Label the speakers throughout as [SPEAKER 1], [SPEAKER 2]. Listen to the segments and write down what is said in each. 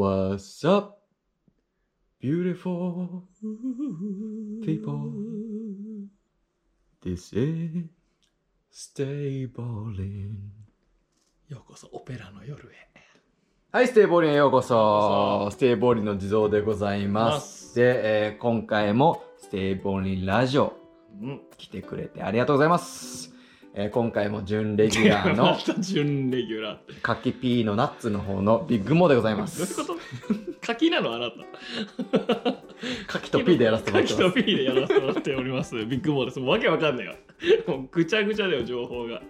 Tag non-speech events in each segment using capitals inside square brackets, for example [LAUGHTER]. [SPEAKER 1] What's up, beautiful people? This is Stabling.
[SPEAKER 2] ようこそオペラの夜へ
[SPEAKER 1] はい、ステイボーリンへようこそ
[SPEAKER 2] よう。こ
[SPEAKER 1] ス
[SPEAKER 2] そ
[SPEAKER 1] テイボーリンの地蔵でございま
[SPEAKER 2] ます
[SPEAKER 1] す。で、えー今回もステイボーリンラジオ
[SPEAKER 2] うん
[SPEAKER 1] 来てくれてありがとうございます。えー今回も準レギュラー
[SPEAKER 2] ま
[SPEAKER 1] の
[SPEAKER 2] た準レギュラーって
[SPEAKER 1] カキピーのナッツの方のビッグモーでござい
[SPEAKER 2] ど
[SPEAKER 1] ま
[SPEAKER 2] ういう
[SPEAKER 1] す [LAUGHS]
[SPEAKER 2] こ。と柿なのあなた
[SPEAKER 1] カキとピーでやらせてもらって
[SPEAKER 2] 柿
[SPEAKER 1] ま
[SPEAKER 2] と P でやらせてもらっておりますビッグボーですもうわけわかんないよもうぐちゃぐちゃだよ情報が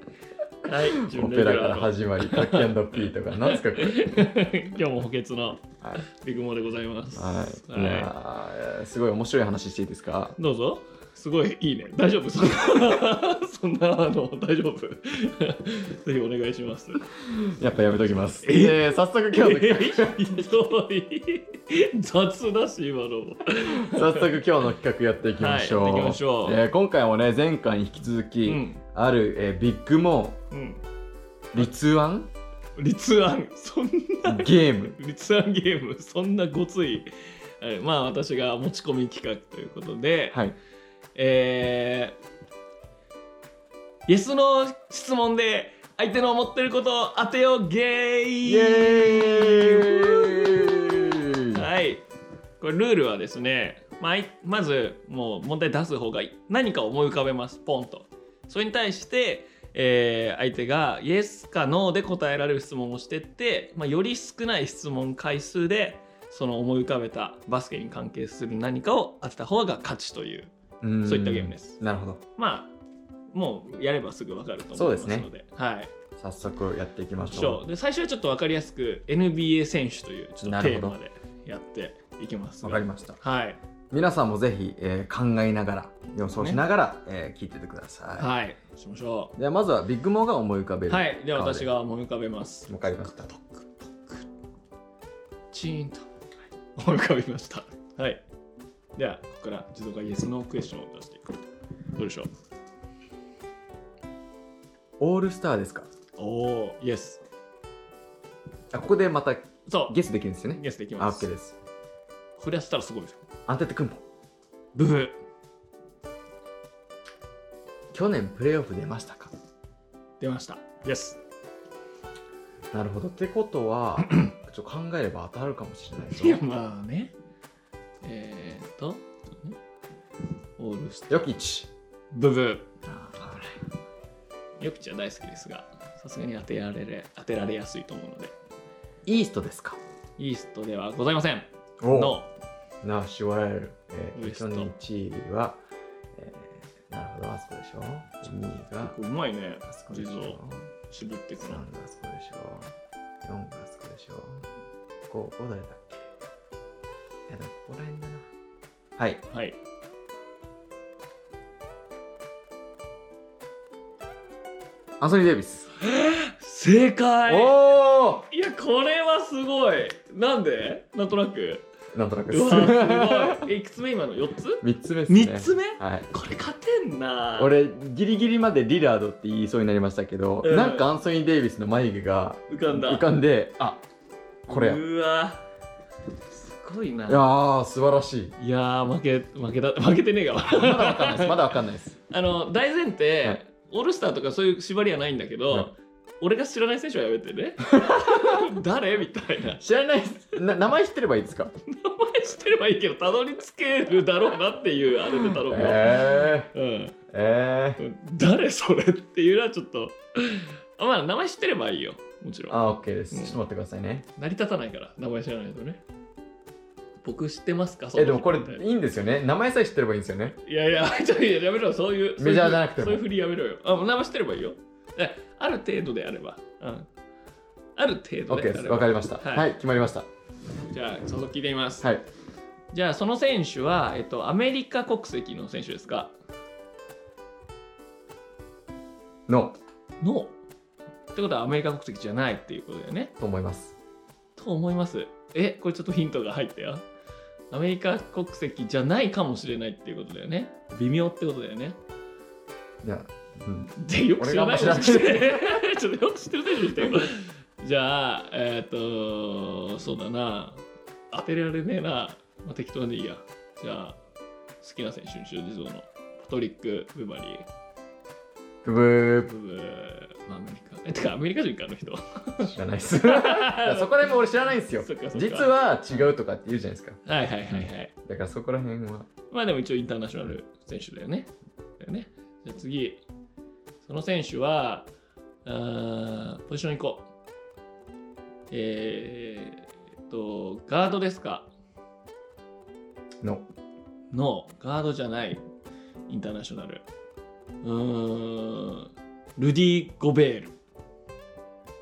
[SPEAKER 2] はい
[SPEAKER 1] す。
[SPEAKER 2] 準
[SPEAKER 1] オペ
[SPEAKER 2] レギュ
[SPEAKER 1] ラから
[SPEAKER 2] ラー
[SPEAKER 1] 始まり、カキピーとか、なんですかこれ。
[SPEAKER 2] の [LAUGHS] 今日も補欠の
[SPEAKER 1] はい
[SPEAKER 2] ビッグモーでございます
[SPEAKER 1] はい、
[SPEAKER 2] はい
[SPEAKER 1] いやーすごい面白い話していいですか
[SPEAKER 2] どうぞすごいいいね大丈
[SPEAKER 1] [LAUGHS]
[SPEAKER 2] 夫そんなそんなあの大丈夫 [LAUGHS] ぜひお願いします
[SPEAKER 1] やっぱやめときます。
[SPEAKER 2] え
[SPEAKER 1] えー早速
[SPEAKER 2] いや
[SPEAKER 1] 今
[SPEAKER 2] い
[SPEAKER 1] 日
[SPEAKER 2] や
[SPEAKER 1] の、
[SPEAKER 2] [LAUGHS] ひどい雑だし今のも
[SPEAKER 1] 早速今日の企画やっていきましょう。
[SPEAKER 2] はいやっていきましょう
[SPEAKER 1] えー今回もね、前回に引き続き、
[SPEAKER 2] うん
[SPEAKER 1] ある、えービッグモ
[SPEAKER 2] うん
[SPEAKER 1] ー、立案
[SPEAKER 2] 立案 [LAUGHS] そんな
[SPEAKER 1] ゲーム。
[SPEAKER 2] 立案ゲーム [LAUGHS] そんなごついはいまあ私が持ち込み企画ということで、
[SPEAKER 1] はい。
[SPEAKER 2] えーイエスの質問で相手の思ってることを当てようゲーイ
[SPEAKER 1] イエーイ
[SPEAKER 2] はい。これルールはですね、まあいまずもう問題出す方がいい何か思い浮かべますポンとそれに対して、えー相手がイエスかノーで答えられる質問をしてって、まあ、より少ない質問回数でその思い浮かべたバスケに関係する何かを当てた方が勝ちという
[SPEAKER 1] うん
[SPEAKER 2] そういったゲームです
[SPEAKER 1] なるほど。
[SPEAKER 2] まあもうやればすぐ分かると思いますので
[SPEAKER 1] そう
[SPEAKER 2] はい
[SPEAKER 1] 早速やっていきまし
[SPEAKER 2] そ
[SPEAKER 1] ょ
[SPEAKER 2] うで最初はちょっと分かりやすく NBA 選手というちょっ
[SPEAKER 1] な
[SPEAKER 2] と
[SPEAKER 1] る
[SPEAKER 2] テ
[SPEAKER 1] ほ
[SPEAKER 2] ー
[SPEAKER 1] ど
[SPEAKER 2] マでやっていきます
[SPEAKER 1] う。わ
[SPEAKER 2] が
[SPEAKER 1] かりました。
[SPEAKER 2] はい
[SPEAKER 1] 皆さんもぜひ、えー考えながら、予想しながら、えー聞いててください。
[SPEAKER 2] はい、しましょ
[SPEAKER 1] ではまずはビッグモーが思い浮かべ
[SPEAKER 2] う。
[SPEAKER 1] る。
[SPEAKER 2] はい、では私が思い浮かべます。
[SPEAKER 1] わかりました
[SPEAKER 2] トクトクチーンと思い浮かべました。はい。では、ここから自動化イエスのクエスチョンを出していく。どうでしょう
[SPEAKER 1] オールスターですか
[SPEAKER 2] おー、イエス。
[SPEAKER 1] あここでまた
[SPEAKER 2] そう、
[SPEAKER 1] ゲスできるんですよね
[SPEAKER 2] ゲスでき
[SPEAKER 1] あ
[SPEAKER 2] ま
[SPEAKER 1] オッケ
[SPEAKER 2] す。
[SPEAKER 1] ーです
[SPEAKER 2] これやったらすごいでしょ。
[SPEAKER 1] アンテテクンポ
[SPEAKER 2] ブブ
[SPEAKER 1] 去年プレーオフ出ましたか
[SPEAKER 2] 出ました。イエス。
[SPEAKER 1] なるほどってこと [CLEARS THROAT] はちょっと考えれば当たるかもしれないぞ
[SPEAKER 2] いや、まあね。えーっと、オールスター。
[SPEAKER 1] ヨキッチ
[SPEAKER 2] ブブ
[SPEAKER 1] あー
[SPEAKER 2] よくちゃ大好きですが、さすがに当てられれ当てられやすいと思うので。
[SPEAKER 1] イーストですか
[SPEAKER 2] イーストではございません。
[SPEAKER 1] お
[SPEAKER 2] の、
[SPEAKER 1] ナッシュワイル、え
[SPEAKER 2] ウ
[SPEAKER 1] ー、
[SPEAKER 2] エス
[SPEAKER 1] 初
[SPEAKER 2] ト
[SPEAKER 1] 日は、えー、なるほどあそこでしょ2が
[SPEAKER 2] うまいね。
[SPEAKER 1] あそこでし
[SPEAKER 2] 地
[SPEAKER 1] ょ
[SPEAKER 2] 蔵渋ってく
[SPEAKER 1] 3が
[SPEAKER 2] な。
[SPEAKER 1] あそこでしょ4があそこでしょ5 5誰だっけいやでもここら辺だなはい
[SPEAKER 2] はい。
[SPEAKER 1] アンソニー・デイビス
[SPEAKER 2] 正解
[SPEAKER 1] おお
[SPEAKER 2] いや、これはすごいなんでなんとなく。
[SPEAKER 1] なんとなく
[SPEAKER 2] う
[SPEAKER 1] です。 [LAUGHS]
[SPEAKER 2] わ、すごい。え、いくつ目今の ?4 つ
[SPEAKER 1] 3つ目ですね。
[SPEAKER 2] ?3 つ目
[SPEAKER 1] はい。
[SPEAKER 2] これ勝てんな。、
[SPEAKER 1] 俺、ギリギリまでリラードって言いそうになりましたけど、
[SPEAKER 2] うん
[SPEAKER 1] なんかアンソニー・デイビスの眉毛が
[SPEAKER 2] 浮かんだ。
[SPEAKER 1] 浮かんで、あこれや。いう
[SPEAKER 2] わ。すごいな。
[SPEAKER 1] やー、素晴らしい。
[SPEAKER 2] いやー負け、負けだ、負けてねえが。
[SPEAKER 1] まだわかんないです。まだわかんないです。
[SPEAKER 2] [LAUGHS] あの、大前提、
[SPEAKER 1] はい
[SPEAKER 2] オールスターとかそういう縛りはないんだけど、
[SPEAKER 1] はい
[SPEAKER 2] 俺が知らない選手はやめ
[SPEAKER 1] [LAUGHS]
[SPEAKER 2] てね。誰みたいな。
[SPEAKER 1] 知らないです。な名前知ってればいいですか
[SPEAKER 2] 名前知ってればいいけどたどり着けるだろうなっていうあれで頼むよ、
[SPEAKER 1] え
[SPEAKER 2] うん
[SPEAKER 1] ー、えー。
[SPEAKER 2] 誰それっていうのはちょっとあまあ名前知ってればいいよもちろん
[SPEAKER 1] あ、OK です。
[SPEAKER 2] うん
[SPEAKER 1] ちょっと待ってくださいね。
[SPEAKER 2] 成り立たないから名前知らないとね僕知ってますかその
[SPEAKER 1] え、でもこれ
[SPEAKER 2] みたいない
[SPEAKER 1] いんですよね。名前さえ知ってればいいんですよね。
[SPEAKER 2] いやいやちょいややめろよそういう
[SPEAKER 1] メジャーじゃなくても
[SPEAKER 2] そういうふりやめろよあもう名前知ってればいいよえある程度であればうんある程度
[SPEAKER 1] OK
[SPEAKER 2] であれば
[SPEAKER 1] です。わかりました。
[SPEAKER 2] はい
[SPEAKER 1] はい、決まりました。
[SPEAKER 2] じゃあ早速聞いてみます、
[SPEAKER 1] はい。
[SPEAKER 2] じゃあその選手は、えっと、アメリカ国籍の選手ですか
[SPEAKER 1] の、
[SPEAKER 2] のってことはアメリカ国籍じゃないっていうことだよね。
[SPEAKER 1] と思います。
[SPEAKER 2] と思います。えこれちょっとヒントが入ったよ。アメリカ国籍じゃないかもしれないっていうことだよね。微妙ってことだよね。
[SPEAKER 1] じゃあ、うん。
[SPEAKER 2] でよく知らない
[SPEAKER 1] 俺があんま知らない
[SPEAKER 2] ちょっとよく知ってる選手にしてよ。じゃあえっ、とそうだな当てられねえな、まあ、適当でいいやじゃあ好きな選手にしよう地蔵のパトリック・ブバリー
[SPEAKER 1] ブブ
[SPEAKER 2] ブブーまあアメリカえてかアメリカ人かあの人
[SPEAKER 1] ー知ら [LAUGHS] ないっ
[SPEAKER 2] [LAUGHS]
[SPEAKER 1] すいやそこら辺も俺知らないんですよ
[SPEAKER 2] そっかそっか
[SPEAKER 1] 実は違うとかって言うじゃないですか
[SPEAKER 2] はいはいはいはい
[SPEAKER 1] だからそこら辺は
[SPEAKER 2] まあでも一応インターナショナル選手だよね。だよねじゃあ次、その選手は、あーポジション行こう。えー、えっと、ガードですか
[SPEAKER 1] の
[SPEAKER 2] の、ガードじゃない、インターナショナル。うーん、ルディ・ゴベール。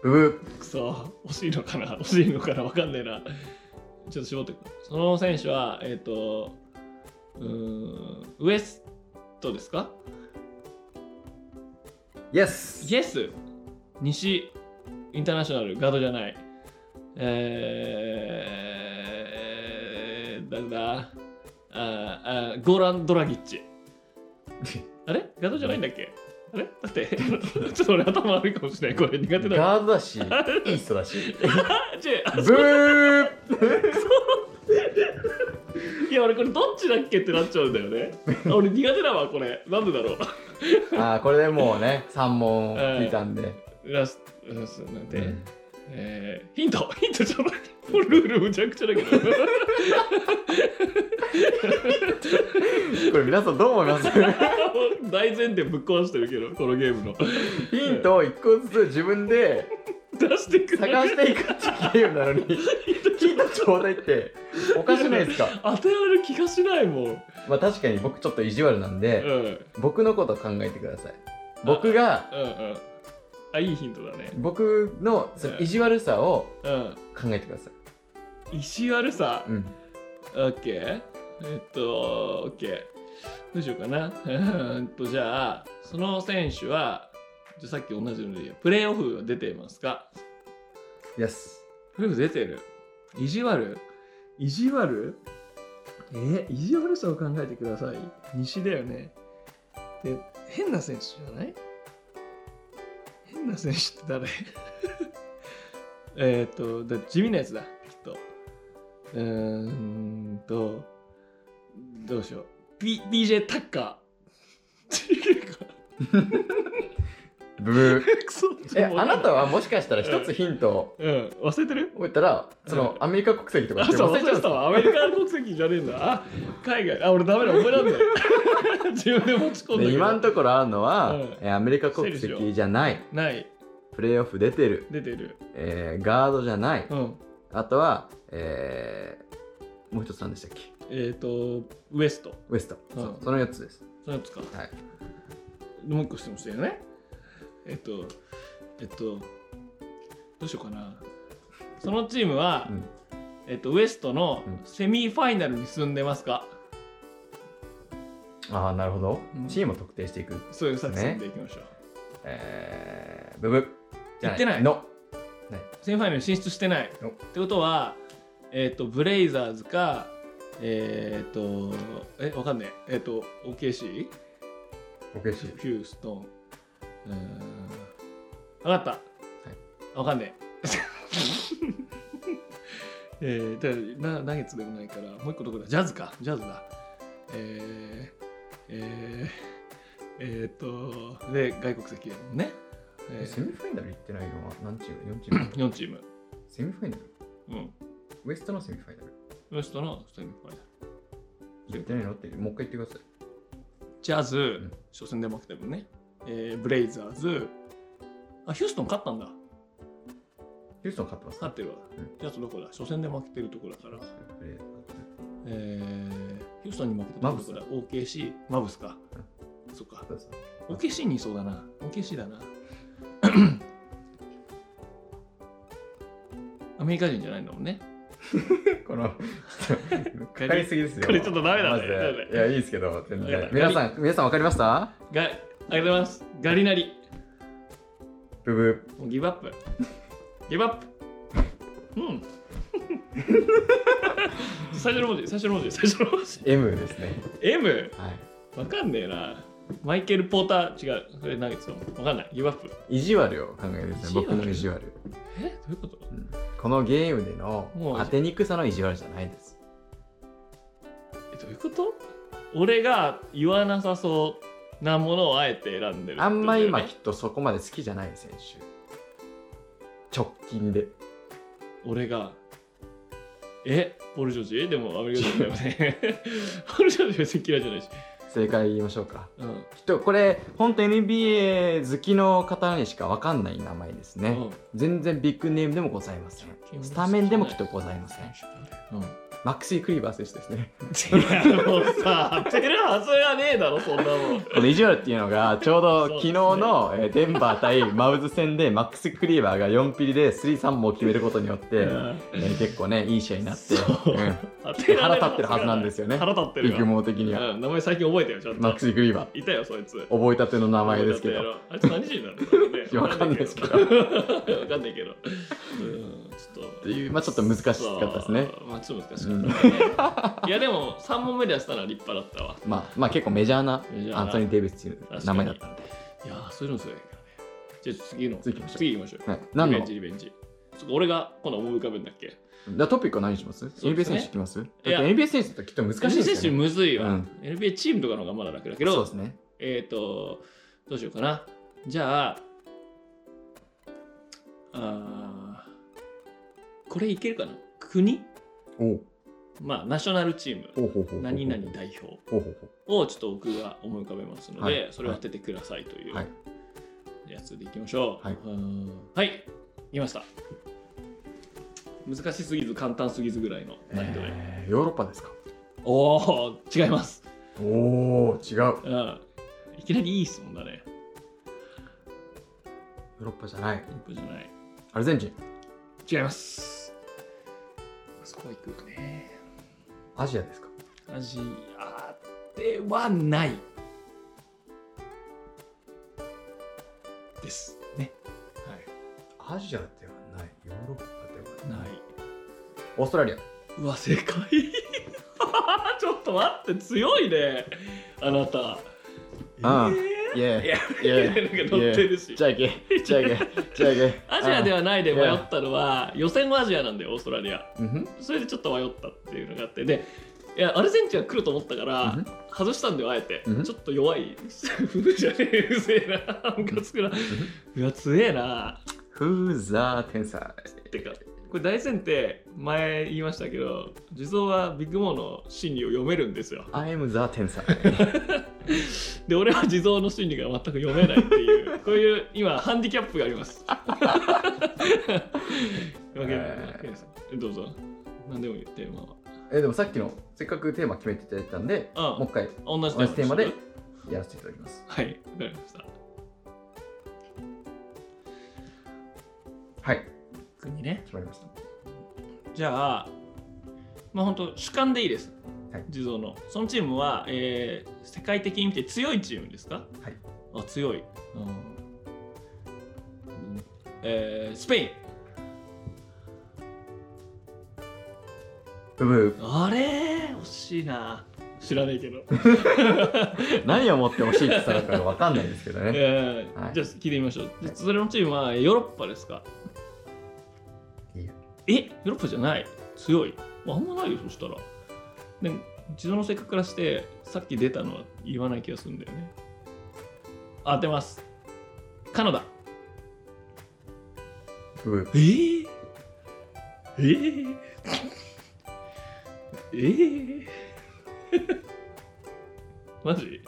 [SPEAKER 1] ブブ
[SPEAKER 2] くそ、惜しいのかな、惜しいのかな、わかんねえな。ちょっと絞ってその選手は、えっ、と、うーん、ウエストですか
[SPEAKER 1] イエス
[SPEAKER 2] イエス西インターナショナルガードじゃないえー、誰だあーあーゴーラン・ドラギッチ [LAUGHS] あれガードじゃないんだっけあれだって [LAUGHS] ちょっと俺頭悪いかもしれないこれ苦手だ
[SPEAKER 1] ガードだ
[SPEAKER 2] [LAUGHS]
[SPEAKER 1] しイーストだし
[SPEAKER 2] あちょ
[SPEAKER 1] ブー
[SPEAKER 2] いや俺これどっちだっけってなっちゃうんだよ [LAUGHS] ね俺苦手だわこれなんでだろう
[SPEAKER 1] ああこれでもうね3問聞いたんで、
[SPEAKER 2] ラスラスなんて、
[SPEAKER 1] うん
[SPEAKER 2] えー、ヒントヒントじゃないもうルールむちゃくちゃだけど [LAUGHS]
[SPEAKER 1] これ皆さんどう思います
[SPEAKER 2] [LAUGHS] 大前提ぶっ壊してるけどこのゲームの
[SPEAKER 1] ヒントを1個ずつ自分で
[SPEAKER 2] 出してくれ
[SPEAKER 1] 探していくっていうゲームなのにヒントちょうだいっておかしくないですか
[SPEAKER 2] 当てられる気がしないもん、
[SPEAKER 1] まあ確かに僕ちょっと意地悪なん
[SPEAKER 2] うん、う
[SPEAKER 1] で、
[SPEAKER 2] んうん
[SPEAKER 1] 僕のこと考えてください僕が
[SPEAKER 2] うんあいいヒントだね
[SPEAKER 1] 僕のその意地悪さを
[SPEAKER 2] う
[SPEAKER 1] 考えてください、
[SPEAKER 2] ん石悪さ
[SPEAKER 1] うん、
[SPEAKER 2] オッケーえっとオッケーどうしようかなうーんとじゃあその選手はじゃあさっき同じので言うプレーオフは出ていますか
[SPEAKER 1] イエス
[SPEAKER 2] プレーオフ出てる意地悪意地悪えー、意地悪さを考えてください西だよねで変な選手じゃない変な選手って誰えっとだ地味なやつだきっとうーんとどうしよう、B、BJ タッカー違うか
[SPEAKER 1] ブブー
[SPEAKER 2] くそ
[SPEAKER 1] えあなた
[SPEAKER 2] は
[SPEAKER 1] はもしかしたら一つヒントを
[SPEAKER 2] うん忘れてる
[SPEAKER 1] 覚えたらその
[SPEAKER 2] う
[SPEAKER 1] アメリカ国籍とか
[SPEAKER 2] あ、
[SPEAKER 1] って
[SPEAKER 2] そう、
[SPEAKER 1] 忘
[SPEAKER 2] 忘
[SPEAKER 1] れ
[SPEAKER 2] れ
[SPEAKER 1] ちゃうん
[SPEAKER 2] ちゃっ
[SPEAKER 1] で
[SPEAKER 2] たわ。アメリカの国籍じゃねえんだ。あ、海外。あ、俺ダメだ、覚えらんない。 [LAUGHS] 自分で持ち込ん
[SPEAKER 1] す
[SPEAKER 2] だ
[SPEAKER 1] で
[SPEAKER 2] けど。
[SPEAKER 1] 今のところあるのは、
[SPEAKER 2] うん
[SPEAKER 1] えーアメリカ国籍じゃない
[SPEAKER 2] ない。
[SPEAKER 1] プレーオフ出てる、
[SPEAKER 2] 出てる。
[SPEAKER 1] えーガードじゃない、
[SPEAKER 2] うん。
[SPEAKER 1] あとは、えーもう一つ何でしたっけ
[SPEAKER 2] えっ、と、ウエスト。
[SPEAKER 1] ウエスト、
[SPEAKER 2] うん
[SPEAKER 1] そうその4つです
[SPEAKER 2] そのやつか。
[SPEAKER 1] はい
[SPEAKER 2] もう一個してましたよね。えっ、と、えっ、と、どうしようかな。そのチームは、
[SPEAKER 1] うん
[SPEAKER 2] えっ、と、ウエストの
[SPEAKER 1] うん
[SPEAKER 2] セミファイナルに進んでますか、
[SPEAKER 1] ああなるほど、
[SPEAKER 2] うん
[SPEAKER 1] チームを特定していく
[SPEAKER 2] そういう作戦でいきましょう。
[SPEAKER 1] えー、ブブじゃ
[SPEAKER 2] 言ってない
[SPEAKER 1] の
[SPEAKER 2] セミファイナルに進出してない。
[SPEAKER 1] お
[SPEAKER 2] ってことは、えっとブレイザーズかえっ、とえわかんねええっ、と OKC
[SPEAKER 1] オケ
[SPEAKER 2] ヒ
[SPEAKER 1] シ
[SPEAKER 2] ューストンうーんわかった、わかんね [LAUGHS] ええー、だからなナゲッツでもないからもう一個どこだジャズかジャズだえー、えー、えー、っとで外国籍だもんね、え
[SPEAKER 1] セ
[SPEAKER 2] ー、
[SPEAKER 1] ミファイナル行ってないのは何チーム ?4 チーム
[SPEAKER 2] 4チーム
[SPEAKER 1] セミファイナル
[SPEAKER 2] うん
[SPEAKER 1] ウエストのセミファイナル
[SPEAKER 2] ウエストのセミファイナル
[SPEAKER 1] 行ってないのってもう一回言ってください
[SPEAKER 2] ジャズ、
[SPEAKER 1] ん
[SPEAKER 2] 初戦で負けてもんね、えーブレイザーズ、あ、ヒューストン勝ったんだ。
[SPEAKER 1] ヒューストン勝ってます
[SPEAKER 2] 勝ってるわ。
[SPEAKER 1] うん
[SPEAKER 2] ジャズどこだ初戦で負けてるとこだから、
[SPEAKER 1] プレー
[SPEAKER 2] えーヒューストンに負けてるとこだ。OKC、マブスか。そっか。
[SPEAKER 1] そうそう
[SPEAKER 2] OKC にいそうだな。OKC [COUGHS] だな。アメリカ人じゃないんだもんね。
[SPEAKER 1] このかかりすぎですよ
[SPEAKER 2] これちょっとダメだね
[SPEAKER 1] マジ
[SPEAKER 2] ダメだね
[SPEAKER 1] でいやいいですけど全
[SPEAKER 2] ダメ
[SPEAKER 1] 然
[SPEAKER 2] だ
[SPEAKER 1] 皆さん皆さん分かりました
[SPEAKER 2] が、ありがとうございます。ガリナリ。
[SPEAKER 1] ブブ
[SPEAKER 2] もうギブアップ。 [LAUGHS] ギブアップ。うん。 [LAUGHS] 最初の文字、最初の文字、最初の文字。
[SPEAKER 1] M ですね
[SPEAKER 2] M?
[SPEAKER 1] は
[SPEAKER 2] わかんねえな。マイケル・ポーター、違う。それ投げてたもん。わかんない。ギブアップ。
[SPEAKER 1] い意地悪を考えてですね
[SPEAKER 2] 意地悪
[SPEAKER 1] 僕の意地悪
[SPEAKER 2] えどういう
[SPEAKER 1] このゲームでの
[SPEAKER 2] もう
[SPEAKER 1] 当てにくさの意地悪じゃないです
[SPEAKER 2] えどういうこと俺が言わなさそうなものをあえて選んでるってことだよね、
[SPEAKER 1] あんま今きっとそこまで好きじゃない選手直近で
[SPEAKER 2] 俺がえポール・ジョージでもアメリカ人だよ [LAUGHS] ねポール・ジョージ別に嫌いじゃないし、
[SPEAKER 1] 正解言いましょうか
[SPEAKER 2] うん
[SPEAKER 1] きっとこれ本当 NBA 好きの方にしか分かんない名前ですね、
[SPEAKER 2] うん
[SPEAKER 1] 全然ビッグネームでもございませんスタメンでもきっとございません
[SPEAKER 2] う
[SPEAKER 1] マックシー・クリーバー選手です
[SPEAKER 2] [LAUGHS]
[SPEAKER 1] ね
[SPEAKER 2] ん、いやもうさ当てるはずがねえだろそんなもん
[SPEAKER 1] この意地悪っていうのがちょうど昨日
[SPEAKER 2] そ
[SPEAKER 1] のえーデンバー対マウズ戦でマックス・クリーバーが4ピリで33本を決めることによって、
[SPEAKER 2] うん
[SPEAKER 1] えー結構ねいい試合になって、
[SPEAKER 2] そう
[SPEAKER 1] う
[SPEAKER 2] 当てら
[SPEAKER 1] 腹
[SPEAKER 2] れ
[SPEAKER 1] 立ってるはずなんですよね
[SPEAKER 2] 腹立って
[SPEAKER 1] ん、
[SPEAKER 2] る
[SPEAKER 1] 育
[SPEAKER 2] よ、
[SPEAKER 1] 毛的には、
[SPEAKER 2] うん、名前最近覚えてよちょっと
[SPEAKER 1] マックス・クリーバー
[SPEAKER 2] いたよそいつ
[SPEAKER 1] 覚えたての名前ですけど
[SPEAKER 2] あいつ何人なの、ね
[SPEAKER 1] い [LAUGHS] やわかんないですけど
[SPEAKER 2] わかんないけど。うん、ちょっと。
[SPEAKER 1] っていうまあちょっと難しかったですね
[SPEAKER 2] さあ。まあちょっと難しかったね。いやでも3問目でやってたら立派だったわ。
[SPEAKER 1] まあ、まあ結構メジャーな
[SPEAKER 2] メジャーな
[SPEAKER 1] アンソニー・デイビスっていう名前だったんで
[SPEAKER 2] いやーそういうのすごいからね。じゃあ次の。
[SPEAKER 1] 次行きましょう
[SPEAKER 2] 次行きましょう。
[SPEAKER 1] はい、何
[SPEAKER 2] リベ
[SPEAKER 1] の
[SPEAKER 2] ンジリベンジ。そっか俺が今度思い浮かぶんだっけ。
[SPEAKER 1] じゃあトピックは何にします
[SPEAKER 2] そうで
[SPEAKER 1] ?NBA
[SPEAKER 2] すね
[SPEAKER 1] 選手いきますだって
[SPEAKER 2] いや
[SPEAKER 1] NBA 選手ってきっと難しいですよ、ね。
[SPEAKER 2] 選手むずいわ、
[SPEAKER 1] うん
[SPEAKER 2] NBA チームとかの方がまだ楽だけ
[SPEAKER 1] そう
[SPEAKER 2] ど
[SPEAKER 1] で、すね。
[SPEAKER 2] えっ、ー、と、どうしようかな。じゃあ、あーこれいけるかな国
[SPEAKER 1] おう
[SPEAKER 2] まあ、ナショナルチーム、
[SPEAKER 1] ほうほうほうほう
[SPEAKER 2] 何々代表
[SPEAKER 1] ほうほうほ
[SPEAKER 2] をちょっと僕が思い浮かべますので、
[SPEAKER 1] はい。
[SPEAKER 2] それを当ててくださいという
[SPEAKER 1] はい。
[SPEAKER 2] やつでいきましょう。
[SPEAKER 1] はいう
[SPEAKER 2] ーんはい、いきました。難しすぎず、簡単すぎずぐらいの難易度で。
[SPEAKER 1] えー、ヨーロッパですか
[SPEAKER 2] おお、違います。
[SPEAKER 1] おお、違う。ヨー
[SPEAKER 2] うんいきなりいい質問だね。
[SPEAKER 1] ロッパじゃない。
[SPEAKER 2] 一歩じゃない。
[SPEAKER 1] アルゼンチン。
[SPEAKER 2] 違います。そこは行くね。
[SPEAKER 1] アジアですか
[SPEAKER 2] アジアではない。です。ね。はい。
[SPEAKER 1] アジアではない。ヨーロッパでは
[SPEAKER 2] な
[SPEAKER 1] ない。
[SPEAKER 2] い。
[SPEAKER 1] オーストラリア。
[SPEAKER 2] うわ、正解。 [LAUGHS] ちょっと待って、強いね。あなた。
[SPEAKER 1] ああ
[SPEAKER 2] え
[SPEAKER 1] イェ
[SPEAKER 2] ーい
[SPEAKER 1] イ。
[SPEAKER 2] や、
[SPEAKER 1] イ
[SPEAKER 2] なんか乗ってるし。
[SPEAKER 1] じゃあいけ。じゃあいけ。じゃあいけ。
[SPEAKER 2] [LAUGHS] アジアで
[SPEAKER 1] は。
[SPEAKER 2] はないで迷ったのは、予選もアジアなんだよ、オーストラリア。
[SPEAKER 1] うんふん
[SPEAKER 2] それでちょっと迷ったっていうのがあってでいやアルゼンチンが来ると思ったから、
[SPEAKER 1] うん
[SPEAKER 2] 外したんであえて、
[SPEAKER 1] うん
[SPEAKER 2] ちょっと弱い [LAUGHS] ふうじゃねえうぜえなムカつくなうわ強えな
[SPEAKER 1] フーザー天才。
[SPEAKER 2] てかこれ大前提前言いましたけど地蔵はビッグモーの心理を読めるんですよ
[SPEAKER 1] I'm the 天才。
[SPEAKER 2] で俺は地蔵の心理が全く読めないっていうこういう今ハンディキャップがあります
[SPEAKER 1] [LAUGHS]
[SPEAKER 2] わけわけですどうぞ何でも言ってま
[SPEAKER 1] え、でもさっきの、せっかくテーマ決めていただいたんで、
[SPEAKER 2] うん
[SPEAKER 1] もう一回
[SPEAKER 2] あ同じ
[SPEAKER 1] 同じテーマで
[SPEAKER 2] しょ
[SPEAKER 1] やらせていただきます。
[SPEAKER 2] はい、わかりました。
[SPEAKER 1] はい、
[SPEAKER 2] 国ね。
[SPEAKER 1] 決まりました。
[SPEAKER 2] じゃあ、まあ本当主観でいいです。
[SPEAKER 1] はい
[SPEAKER 2] 地蔵の。そのチームは、えー世界的に見て強いチームですか
[SPEAKER 1] はい。
[SPEAKER 2] あ、強い。うんえースペイン。
[SPEAKER 1] ブブ
[SPEAKER 2] あれ惜しいな。知らないけど。
[SPEAKER 1] ー、 [LAUGHS] 何を持ってほしいって言ったのかわかんないですけどね。
[SPEAKER 2] えー
[SPEAKER 1] はい
[SPEAKER 2] じゃあ聞いてみましょう。じゃあそれのチームはヨーロッパですか
[SPEAKER 1] いいよ
[SPEAKER 2] えヨーロッパじゃない強いあんまないよそしたらで自動の性格からしてさっき出たのは言わない気がするんだよね当てますカナダ
[SPEAKER 1] [LAUGHS] ブブー。
[SPEAKER 2] えー、えー、えー、 [LAUGHS] マジ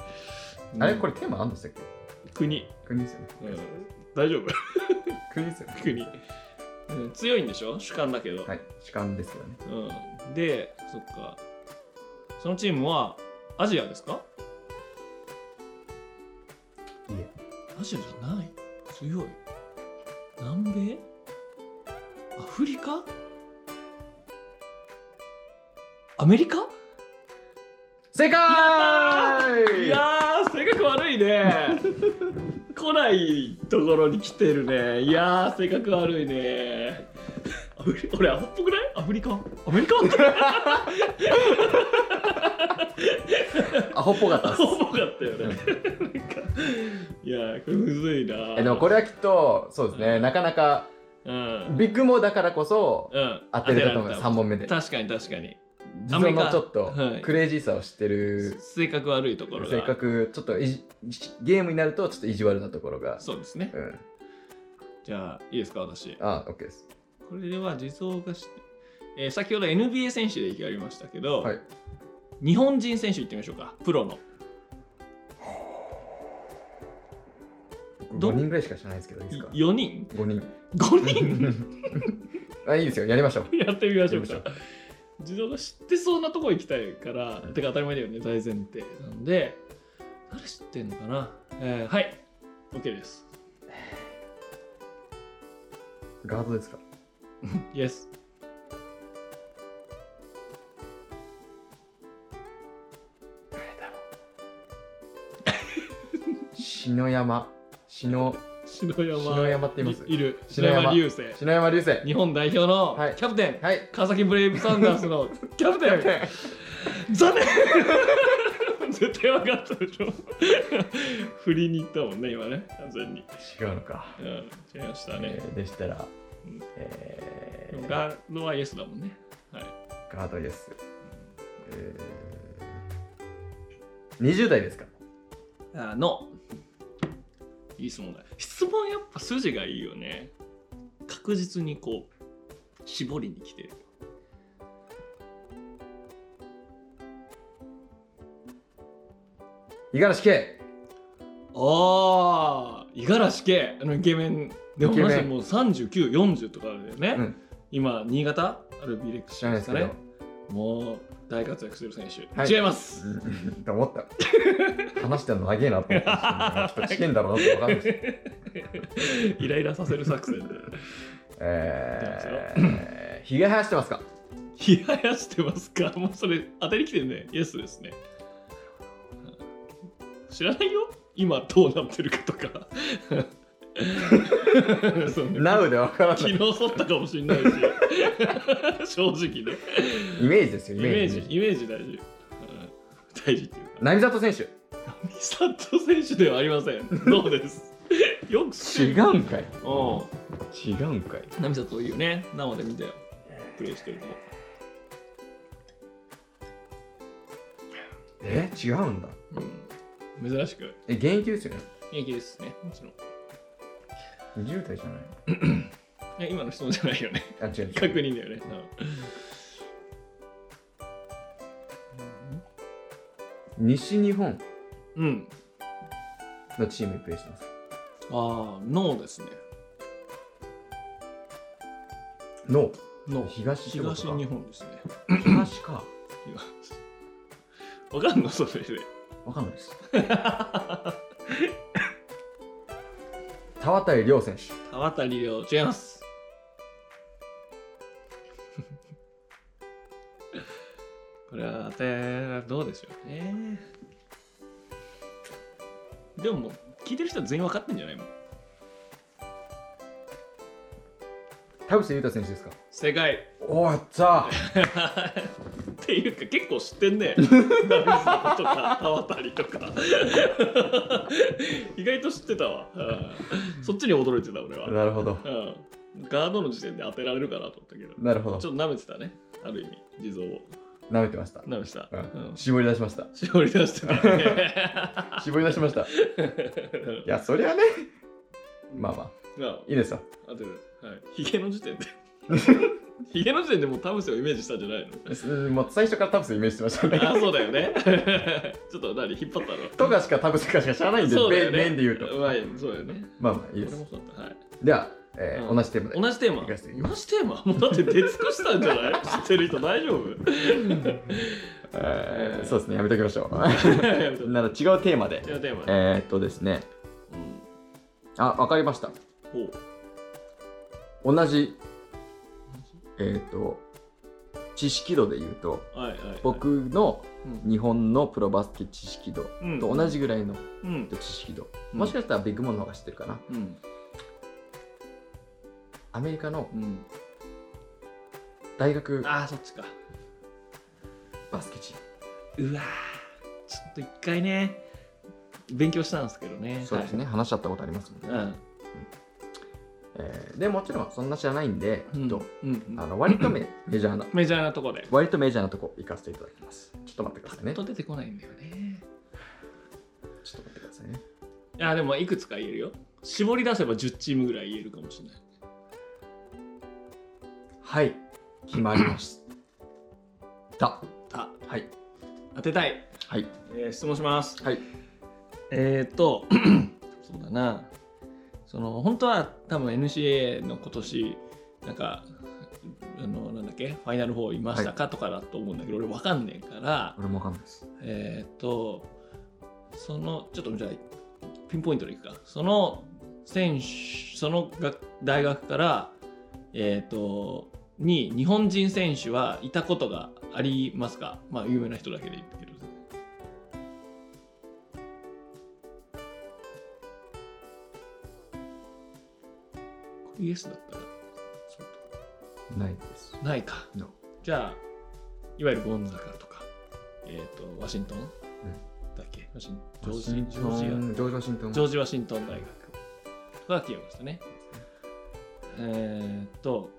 [SPEAKER 1] あれこ
[SPEAKER 2] れ
[SPEAKER 1] れテーマあんでしたっけ
[SPEAKER 2] 国、
[SPEAKER 1] 国ですよね。
[SPEAKER 2] うん、大丈夫
[SPEAKER 1] 国ですよね。
[SPEAKER 2] 国、うん強いんでしょ主観だけど、
[SPEAKER 1] はい、主観ですよね。
[SPEAKER 2] うん、でそっかそのチームはアジアですか
[SPEAKER 1] いえ。
[SPEAKER 2] アジアじゃない強い南米アフリカアメリカ
[SPEAKER 1] 正
[SPEAKER 2] い
[SPEAKER 1] 解
[SPEAKER 2] やー性格悪いね来ないところに来てるねいやー性格悪いねアフリ俺アホっぽくないアフリカアメリカ
[SPEAKER 1] アホっぽかった
[SPEAKER 2] ア
[SPEAKER 1] で
[SPEAKER 2] ホっぽかったよね、いやーこれむずいな
[SPEAKER 1] す。えでもこれはきっと、そうですね、なかなか
[SPEAKER 2] うん。
[SPEAKER 1] ビッグモだからこそ
[SPEAKER 2] うん。
[SPEAKER 1] 当てれたと思う
[SPEAKER 2] 当てら
[SPEAKER 1] 3
[SPEAKER 2] れ
[SPEAKER 1] 問目で
[SPEAKER 2] 確かに確かに。
[SPEAKER 1] 自分のちょっと
[SPEAKER 2] アメリカはい
[SPEAKER 1] クレイジーさを知ってる
[SPEAKER 2] 性格悪いところが。
[SPEAKER 1] 性格ちょっといじゲームになるとちょっと意地悪なところが
[SPEAKER 2] そうですね。
[SPEAKER 1] うん
[SPEAKER 2] じゃあ、いいですか、私。
[SPEAKER 1] あ OK です
[SPEAKER 2] これでは実像化して、えー先ほど NBA 選手でやりましたけど、
[SPEAKER 1] はい
[SPEAKER 2] 日本人選手いってみましょうか、プロの。ど
[SPEAKER 1] 5人ぐらいしか知らないですけどいいですか
[SPEAKER 2] 4人
[SPEAKER 1] 5人 [LAUGHS]
[SPEAKER 2] ?5 人
[SPEAKER 1] あいいですよやりましょう
[SPEAKER 2] やってみましょう
[SPEAKER 1] やり
[SPEAKER 2] か。自動が知ってそうなとこ行きたいから、てか当たり前だよね、大前提なんで、誰知ってんのかな、えー、はい、OK です。
[SPEAKER 1] ガードですか
[SPEAKER 2] イエス。
[SPEAKER 1] 篠山篠
[SPEAKER 2] 篠山
[SPEAKER 1] 篠山って言います
[SPEAKER 2] いる
[SPEAKER 1] 篠
[SPEAKER 2] 篠
[SPEAKER 1] 山
[SPEAKER 2] 山流星
[SPEAKER 1] 篠山流星
[SPEAKER 2] 日本代表の
[SPEAKER 1] はい
[SPEAKER 2] キャプテン、
[SPEAKER 1] はい
[SPEAKER 2] 川崎ブレイブサンダー
[SPEAKER 1] [LAUGHS]
[SPEAKER 2] スのキャプテン残念 [LAUGHS] 絶対分かったでしょ [LAUGHS] 振りに行ったもんね今ね完全に、
[SPEAKER 1] 違うのか
[SPEAKER 2] うん、違いましたね
[SPEAKER 1] え、ーでしたら
[SPEAKER 2] うん
[SPEAKER 1] え
[SPEAKER 2] でも
[SPEAKER 1] ー
[SPEAKER 2] ガードはイエスだもんねはい
[SPEAKER 1] ガードイエスえー20代ですか
[SPEAKER 2] あのいい質問だ質問やっぱ筋がいいよね確実にこう絞りに来てる
[SPEAKER 1] 五十嵐圭
[SPEAKER 2] ああ五十嵐圭あのイケメンでも
[SPEAKER 1] イケメン
[SPEAKER 2] マジもう3940とかあるよね、
[SPEAKER 1] うん
[SPEAKER 2] 今新潟アルビレックス
[SPEAKER 1] 知らないですけ
[SPEAKER 2] ね
[SPEAKER 1] ど
[SPEAKER 2] もう大活躍する選手、
[SPEAKER 1] はい
[SPEAKER 2] 違います [LAUGHS]
[SPEAKER 1] うんと思った話してるの長えなと思ったちょっと危険だろうなって分かるんですよ
[SPEAKER 2] イライラさせる作戦で
[SPEAKER 1] えーひげ生やしてますか
[SPEAKER 2] 冷ややしてますかもうそれ当たりきてるねイエスですね知らないよ今どうなってるか
[SPEAKER 1] [LAUGHS]
[SPEAKER 2] とかそうね
[SPEAKER 1] なうで分からな
[SPEAKER 2] 昨
[SPEAKER 1] い
[SPEAKER 2] 日剃ったかもしれないし [LAUGHS] 正直ね
[SPEAKER 1] イメージですよ
[SPEAKER 2] イ
[SPEAKER 1] イ
[SPEAKER 2] メ
[SPEAKER 1] メー
[SPEAKER 2] ー
[SPEAKER 1] ジ
[SPEAKER 2] ジイメージ大事、うん大事っていうか
[SPEAKER 1] 並里選手
[SPEAKER 2] ミサト選手ではありませんどうです
[SPEAKER 1] [LAUGHS]
[SPEAKER 2] よく知って
[SPEAKER 1] 違
[SPEAKER 2] る
[SPEAKER 1] うんかい
[SPEAKER 2] うん
[SPEAKER 1] 違うんかい
[SPEAKER 2] ナミサトいいよね生で見たよプレイしてると
[SPEAKER 1] え違うんだ
[SPEAKER 2] うん珍しく
[SPEAKER 1] え現役ですよね
[SPEAKER 2] 元気ですねもちろん
[SPEAKER 1] 20代じゃない
[SPEAKER 2] え今の質問じゃないよね
[SPEAKER 1] あ違う違う
[SPEAKER 2] 確認だよね、
[SPEAKER 1] 西日本
[SPEAKER 2] うん、うん、
[SPEAKER 1] のチームにプレーしてます
[SPEAKER 2] ああノーですね
[SPEAKER 1] の
[SPEAKER 2] ノー
[SPEAKER 1] 東ってこと
[SPEAKER 2] 東
[SPEAKER 1] か
[SPEAKER 2] 日本ですね
[SPEAKER 1] 東か
[SPEAKER 2] わかんのそれで
[SPEAKER 1] わかんないです田渡亮選手
[SPEAKER 2] 田渡亮違います [LAUGHS] これは当てらどうでしょうねでももう聞いてる人は全員分かってんじゃないもん
[SPEAKER 1] 田臥勇太選手ですか
[SPEAKER 2] 正解
[SPEAKER 1] おおやった
[SPEAKER 2] っていうか結構知っ
[SPEAKER 1] [LAUGHS]
[SPEAKER 2] てんねナミさんとか田渡とか意外と知ってたわ、うんそっちに驚いてた俺は、
[SPEAKER 1] なるほど
[SPEAKER 2] うん、ガードの時点で当てられるかなと思ったけど
[SPEAKER 1] なるほ
[SPEAKER 2] ち
[SPEAKER 1] ど
[SPEAKER 2] ょっと舐めてたねある意味地蔵を
[SPEAKER 1] 舐めてました、
[SPEAKER 2] 舐めてた、
[SPEAKER 1] う
[SPEAKER 2] うんん、
[SPEAKER 1] 絞り出しました
[SPEAKER 2] 絞り出してた
[SPEAKER 1] [LAUGHS]
[SPEAKER 2] ね
[SPEAKER 1] 絞り出しましたいやそりゃねまあまあ
[SPEAKER 2] まあ
[SPEAKER 1] いいですよ
[SPEAKER 2] 当てるはいヒゲの
[SPEAKER 1] [LAUGHS]
[SPEAKER 2] 時点でヒゲの時点でもう田臥をイメージしたんじゃないの
[SPEAKER 1] すもう最初から田臥イメージしてましたね [LAUGHS]
[SPEAKER 2] あそうだよね [LAUGHS] ちょっと何引っ張ったの
[SPEAKER 1] とかしか田臥かしか知らないんで、
[SPEAKER 2] そうだ
[SPEAKER 1] ね、
[SPEAKER 2] よね
[SPEAKER 1] 面で言うと
[SPEAKER 2] まあそうだよね
[SPEAKER 1] まあまあいいで
[SPEAKER 2] これ
[SPEAKER 1] す
[SPEAKER 2] もそうだったはい
[SPEAKER 1] では、えー
[SPEAKER 2] うん
[SPEAKER 1] 同じテーマで
[SPEAKER 2] 同じテーマ
[SPEAKER 1] いかせていただき
[SPEAKER 2] 同じテーマもうだって出尽くしたんじゃない
[SPEAKER 1] [LAUGHS]
[SPEAKER 2] 知ってる人大丈夫
[SPEAKER 1] えーそうですねやめときましょ
[SPEAKER 2] [LAUGHS] やめと
[SPEAKER 1] う
[SPEAKER 2] こ
[SPEAKER 1] なら違うテーマで
[SPEAKER 2] う違うテーマね
[SPEAKER 1] えー、っとですね
[SPEAKER 2] うん
[SPEAKER 1] あわかりました
[SPEAKER 2] ほう
[SPEAKER 1] 同じえー、っと知識度で言うと
[SPEAKER 2] はいはいはい
[SPEAKER 1] 僕の
[SPEAKER 2] うん
[SPEAKER 1] 日本のプロバスケ知識度
[SPEAKER 2] うん
[SPEAKER 1] と同じぐらいの
[SPEAKER 2] うん
[SPEAKER 1] 知識度、
[SPEAKER 2] うん
[SPEAKER 1] もしかしたらビッグモンの方が知ってるかな
[SPEAKER 2] うん
[SPEAKER 1] アメリカの
[SPEAKER 2] うん
[SPEAKER 1] 大学
[SPEAKER 2] ああそっちか
[SPEAKER 1] バスケチーム
[SPEAKER 2] うわーちょっと一回ね勉強したんですけどね
[SPEAKER 1] そうですね、話しちゃったことありますもんね、
[SPEAKER 2] はい
[SPEAKER 1] えーでもちろんそんな知らないんで、
[SPEAKER 2] うん
[SPEAKER 1] と
[SPEAKER 2] うん
[SPEAKER 1] あの割と
[SPEAKER 2] [LAUGHS]
[SPEAKER 1] メメジャーな
[SPEAKER 2] メジャーなとこで
[SPEAKER 1] 割とメジャーなとこ行かせていただきますちょっと待ってく
[SPEAKER 2] パ
[SPEAKER 1] ださい
[SPEAKER 2] ッ
[SPEAKER 1] ねちょ
[SPEAKER 2] と
[SPEAKER 1] っ
[SPEAKER 2] 出てこないんだよね
[SPEAKER 1] と待ってくださいね
[SPEAKER 2] いやでもいくつか言えるよ絞り出せば10チームぐらい言えるかもしれない
[SPEAKER 1] はい決まりました
[SPEAKER 2] た
[SPEAKER 1] はい
[SPEAKER 2] 当てたい、
[SPEAKER 1] はい
[SPEAKER 2] えー質問します
[SPEAKER 1] はい
[SPEAKER 2] えー、っと [CLEARS THROAT] そうだなその本当は多分 NCA の今年なんかあのなんだっけファイナル4いましたか、とかだと思うんだけど俺わかんねえから
[SPEAKER 1] 俺もわかんないです
[SPEAKER 2] えー、っとそのちょっとじゃあピンポイントでいくかその選手その学大学からえー、っとに日本人選手はいたことがありますかまあ有名な人だけでいいけどこれイエスだったらそう
[SPEAKER 1] ないです
[SPEAKER 2] かないか
[SPEAKER 1] No
[SPEAKER 2] じゃあいわゆるゴンザカとか、えー、とワシントン、だっけワシンジョージジョージア
[SPEAKER 1] ジョージワシントン
[SPEAKER 2] ジョージ・ワシントン大学が消えましたね。えー、っと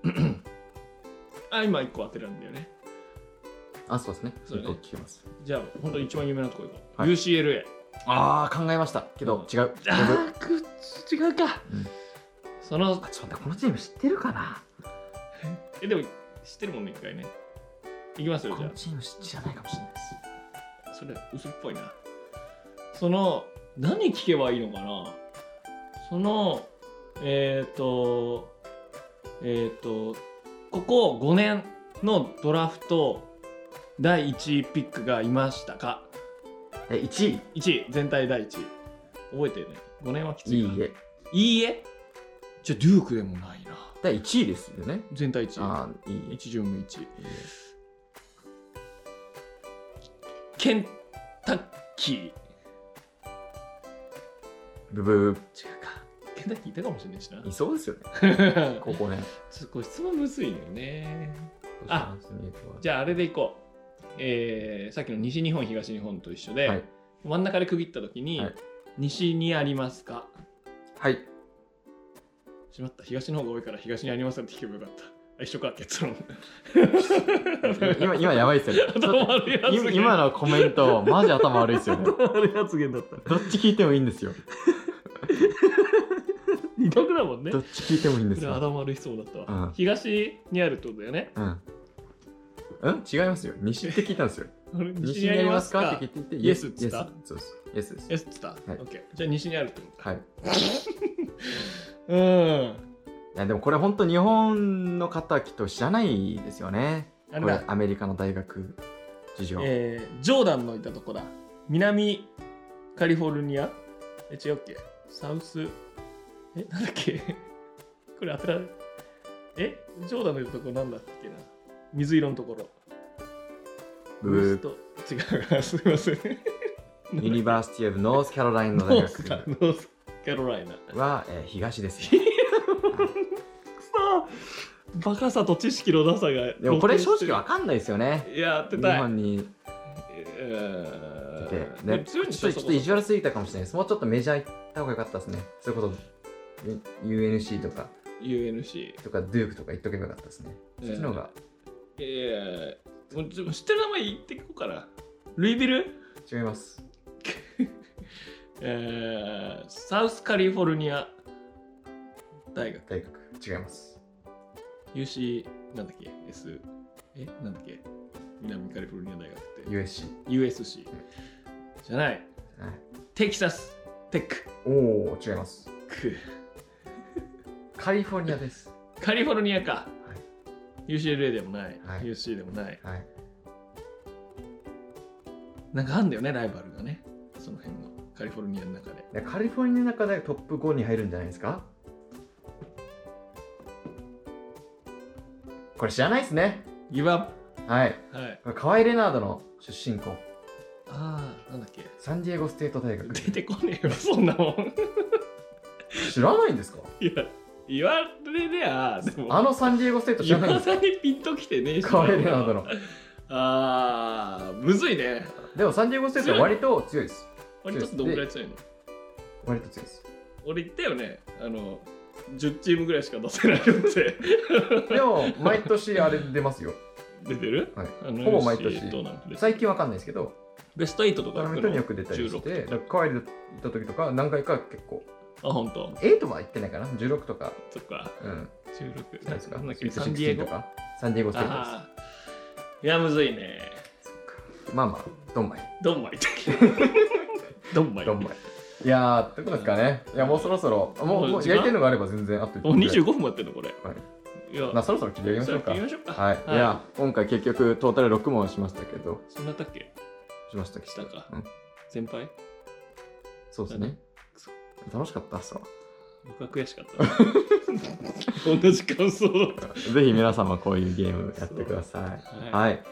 [SPEAKER 2] [CLEARS THROAT] あ今1個当てられるんだよね。
[SPEAKER 1] あそうですね
[SPEAKER 2] そうね
[SPEAKER 1] 一個聞きます
[SPEAKER 2] じゃあ本当に一番有名なとこ行こう。
[SPEAKER 1] はい
[SPEAKER 2] UCLA。
[SPEAKER 1] ああ考えましたけど違う
[SPEAKER 2] [LAUGHS] あーく違うか。
[SPEAKER 1] うん
[SPEAKER 2] その
[SPEAKER 1] あちょっと待ってこのチーム知ってるかな
[SPEAKER 2] えでも知ってるもんね一回ね。いきますよ
[SPEAKER 1] こ
[SPEAKER 2] じゃ
[SPEAKER 1] の
[SPEAKER 2] あ。
[SPEAKER 1] チーム知らないかもしれないです
[SPEAKER 2] それ嘘っぽいなその何聞けばいいのかなそのえっ、とえっ、とここ5年のドラフト第1位ピックがいましたか
[SPEAKER 1] え1位
[SPEAKER 2] 1位全体第1位覚えてるね5年はきつ
[SPEAKER 1] い
[SPEAKER 2] いない
[SPEAKER 1] え
[SPEAKER 2] いいえじゃあデュークでもないな
[SPEAKER 1] 第1位ですよね
[SPEAKER 2] 全体1
[SPEAKER 1] ああい
[SPEAKER 2] 位
[SPEAKER 1] い
[SPEAKER 2] 一巡目1位
[SPEAKER 1] えいいえ
[SPEAKER 2] ケンタッキー違
[SPEAKER 1] ブブ
[SPEAKER 2] うかケンタッキーいたかもしれないしな
[SPEAKER 1] ーいそうですよね [LAUGHS] ここね
[SPEAKER 2] ちょっとこれ質問むずいのよね。あじ
[SPEAKER 1] ゃ
[SPEAKER 2] ゃああれでいこう。えーさっきの西日本東日本と一緒で、
[SPEAKER 1] はい
[SPEAKER 2] 真ん中で区切った時に、
[SPEAKER 1] はい
[SPEAKER 2] 西にありますか
[SPEAKER 1] はい
[SPEAKER 2] しまった東の方が多いから東にありますかって聞けばよかった。あ一緒か結
[SPEAKER 1] [LAUGHS]
[SPEAKER 2] 論。
[SPEAKER 1] 今今やばいっす
[SPEAKER 2] [LAUGHS]
[SPEAKER 1] よねちょ
[SPEAKER 2] 頭
[SPEAKER 1] っと
[SPEAKER 2] 悪い発
[SPEAKER 1] 今
[SPEAKER 2] 言
[SPEAKER 1] 今のコメントマジ頭悪いっすよね [LAUGHS]
[SPEAKER 2] 頭悪い発言だった。
[SPEAKER 1] どっち聞いてもいいんですよ
[SPEAKER 2] 二択だもんね。
[SPEAKER 1] どっち聞いてもいいんです
[SPEAKER 2] これ
[SPEAKER 1] よ
[SPEAKER 2] 頭悪いそうだったわ、
[SPEAKER 1] うん
[SPEAKER 2] 東にあるってことだよね。
[SPEAKER 1] うんうん違いますよ西って聞いたんですよ
[SPEAKER 2] あれ
[SPEAKER 1] 西にありますかって聞いていて
[SPEAKER 2] イエスっつった
[SPEAKER 1] そうですイエスです
[SPEAKER 2] えっつった、
[SPEAKER 1] い
[SPEAKER 2] ?OK。じゃあ西にあるってことだ。
[SPEAKER 1] はい
[SPEAKER 2] うん。
[SPEAKER 1] いやでもこれ本当日本の方きっと知らないですよね
[SPEAKER 2] あれ
[SPEAKER 1] こ
[SPEAKER 2] だ
[SPEAKER 1] れ。アメリカの大学事情、
[SPEAKER 2] えージョーダンのいたとこだ南カリフォルニアえ違うっけサウスえなんだっけ [LAUGHS] これ当てられえジョーダンのいたとこなんだっけな水色のところ
[SPEAKER 1] ブ
[SPEAKER 2] ウエス
[SPEAKER 1] ー
[SPEAKER 2] ト違うな [LAUGHS] すいません
[SPEAKER 1] ユニバーシティ・オブ・ノースカロライナの大
[SPEAKER 2] [LAUGHS] ノースか
[SPEAKER 1] 学
[SPEAKER 2] ノースカロライナ
[SPEAKER 1] は、えー東ですね
[SPEAKER 2] くそバカさと知識のなさが
[SPEAKER 1] でもこれ正
[SPEAKER 2] 露呈して
[SPEAKER 1] 直
[SPEAKER 2] る
[SPEAKER 1] わかんないですよ
[SPEAKER 2] [LAUGHS]
[SPEAKER 1] ね
[SPEAKER 2] いや当て
[SPEAKER 1] 日
[SPEAKER 2] たい
[SPEAKER 1] 本にいて
[SPEAKER 2] え
[SPEAKER 1] ねち
[SPEAKER 2] 強い
[SPEAKER 1] ょ
[SPEAKER 2] んで
[SPEAKER 1] っ
[SPEAKER 2] しょ
[SPEAKER 1] とちょっと意地
[SPEAKER 2] 悪
[SPEAKER 1] 悪すぎたかもしれないですもうちょっとメジャー行った方が良かったですねそういうこと UNC とか
[SPEAKER 2] UNC
[SPEAKER 1] とかドゥークとか言っとけばよかったですねそっちの方が
[SPEAKER 2] ええもうちょ知ってる名前言ってこうかな。ルイビル、
[SPEAKER 1] 違います
[SPEAKER 2] えー、サウスカリフォルニア大学
[SPEAKER 1] 大学違います
[SPEAKER 2] UC なんだっけ S えなんだっけ南カリフォルニア大学って
[SPEAKER 1] USC
[SPEAKER 2] USC じゃない
[SPEAKER 1] はい
[SPEAKER 2] テキサステック
[SPEAKER 1] おお違いますカリフォルニアです
[SPEAKER 2] カリフォルニアか、
[SPEAKER 1] は
[SPEAKER 2] UCLA でもない、
[SPEAKER 1] はい
[SPEAKER 2] UC でもない
[SPEAKER 1] はい
[SPEAKER 2] なんかあんだよねライバルがねその辺のカリフォルニアの中で
[SPEAKER 1] でカリフォルニアの中でトップ5に入るんじゃないですかこれ知らないですね
[SPEAKER 2] ギブア
[SPEAKER 1] はい
[SPEAKER 2] ップはい
[SPEAKER 1] これ河合レナードの出身校
[SPEAKER 2] ああなんだっけ
[SPEAKER 1] サンディエゴステート大
[SPEAKER 2] [LAUGHS]
[SPEAKER 1] 学
[SPEAKER 2] 出てこねえよそんなもん
[SPEAKER 1] 知らないんですか
[SPEAKER 2] いや言われりゃでも
[SPEAKER 1] あのサンディエゴステート知ら
[SPEAKER 2] 今
[SPEAKER 1] ないんです
[SPEAKER 2] さにピンときてねえし [LAUGHS]
[SPEAKER 1] か河合レナードの
[SPEAKER 2] あーむずいね
[SPEAKER 1] でもサンディエゴステートは割と強いです
[SPEAKER 2] 俺ちょっとどんくらい強いの
[SPEAKER 1] 割と強いです
[SPEAKER 2] 俺言ったよねあの10チームぐらいしか出せない
[SPEAKER 1] [LAUGHS]
[SPEAKER 2] ので
[SPEAKER 1] でも、毎年あれ出ますよ。
[SPEAKER 2] 出てる、
[SPEAKER 1] はい
[SPEAKER 2] あの
[SPEAKER 1] ほぼ毎年
[SPEAKER 2] シートなんて
[SPEAKER 1] 最近わかんないですけど、
[SPEAKER 2] ベスト8と
[SPEAKER 1] トー
[SPEAKER 2] か
[SPEAKER 1] ナメントによく出たりして、
[SPEAKER 2] 16とか
[SPEAKER 1] カワイルド行った時とか、何回か結構、
[SPEAKER 2] あ本当
[SPEAKER 1] 8は行ってないかな、16とか、
[SPEAKER 2] とか
[SPEAKER 1] うん、
[SPEAKER 2] 16
[SPEAKER 1] 何ですか
[SPEAKER 2] なんだっ、
[SPEAKER 1] スイ
[SPEAKER 2] け
[SPEAKER 1] ート
[SPEAKER 2] サンディエ
[SPEAKER 1] 16
[SPEAKER 2] ゴ
[SPEAKER 1] とか、サンディエゴステートです
[SPEAKER 2] あーいやむずいね
[SPEAKER 1] まあまあ、ドンマイ、
[SPEAKER 2] ドンマイ
[SPEAKER 1] [LAUGHS]
[SPEAKER 2] ドンマイ
[SPEAKER 1] ドンマイ。いやー、ってことですかね。いや、もうそろそろ、も
[SPEAKER 2] も
[SPEAKER 1] う
[SPEAKER 2] う
[SPEAKER 1] もう
[SPEAKER 2] 時
[SPEAKER 1] や
[SPEAKER 2] 間
[SPEAKER 1] りたいのがあれば全然あと
[SPEAKER 2] もう
[SPEAKER 1] 分ぐらい
[SPEAKER 2] 25分もやってんのこれ、、
[SPEAKER 1] はい
[SPEAKER 2] や
[SPEAKER 1] まあそろそろ切り上げましょう
[SPEAKER 2] さあ
[SPEAKER 1] か
[SPEAKER 2] 行き。ましょうか
[SPEAKER 1] はい、い、や今回結局トータル6問しましたけど
[SPEAKER 2] そんなだったっけ
[SPEAKER 1] しましたけど
[SPEAKER 2] したか
[SPEAKER 1] うん、
[SPEAKER 2] 先輩
[SPEAKER 1] [LAUGHS] そうですね楽しかったっすわ
[SPEAKER 2] 僕は悔し
[SPEAKER 1] [LAUGHS]
[SPEAKER 2] かった。同じ感想だった。
[SPEAKER 1] ぜひ皆様こういうゲームやってください。
[SPEAKER 2] はい。
[SPEAKER 1] はい。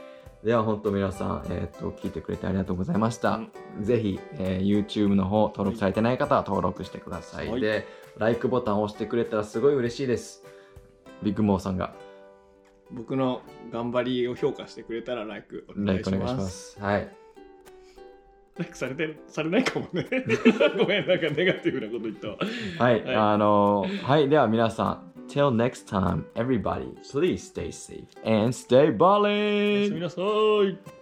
[SPEAKER 1] では本当皆さん、えっ、と、聞いてくれてありがとうございました。ぜひ、えー YouTube の方登録されてない方は登録してください。
[SPEAKER 2] はい
[SPEAKER 1] で、LIKE ボタンを押してくれたらすごい嬉しいです。ビッグモーさんが
[SPEAKER 2] 僕の頑張りを評価してくれたら、ライクお願い
[SPEAKER 1] LIKE
[SPEAKER 2] し
[SPEAKER 1] お願いし
[SPEAKER 2] ま。
[SPEAKER 1] ます
[SPEAKER 2] [LAUGHS]
[SPEAKER 1] す。はい。
[SPEAKER 2] ライクされてる、されないかも
[SPEAKER 1] [LAUGHS]
[SPEAKER 2] ね。ごめん、なんかネガティブなこと言ったわ。
[SPEAKER 1] はい。
[SPEAKER 2] はい
[SPEAKER 1] あのーはい。では皆さん、Till next time, everybody, please stay safe and stay
[SPEAKER 2] おやす
[SPEAKER 1] balling!
[SPEAKER 2] みなさい。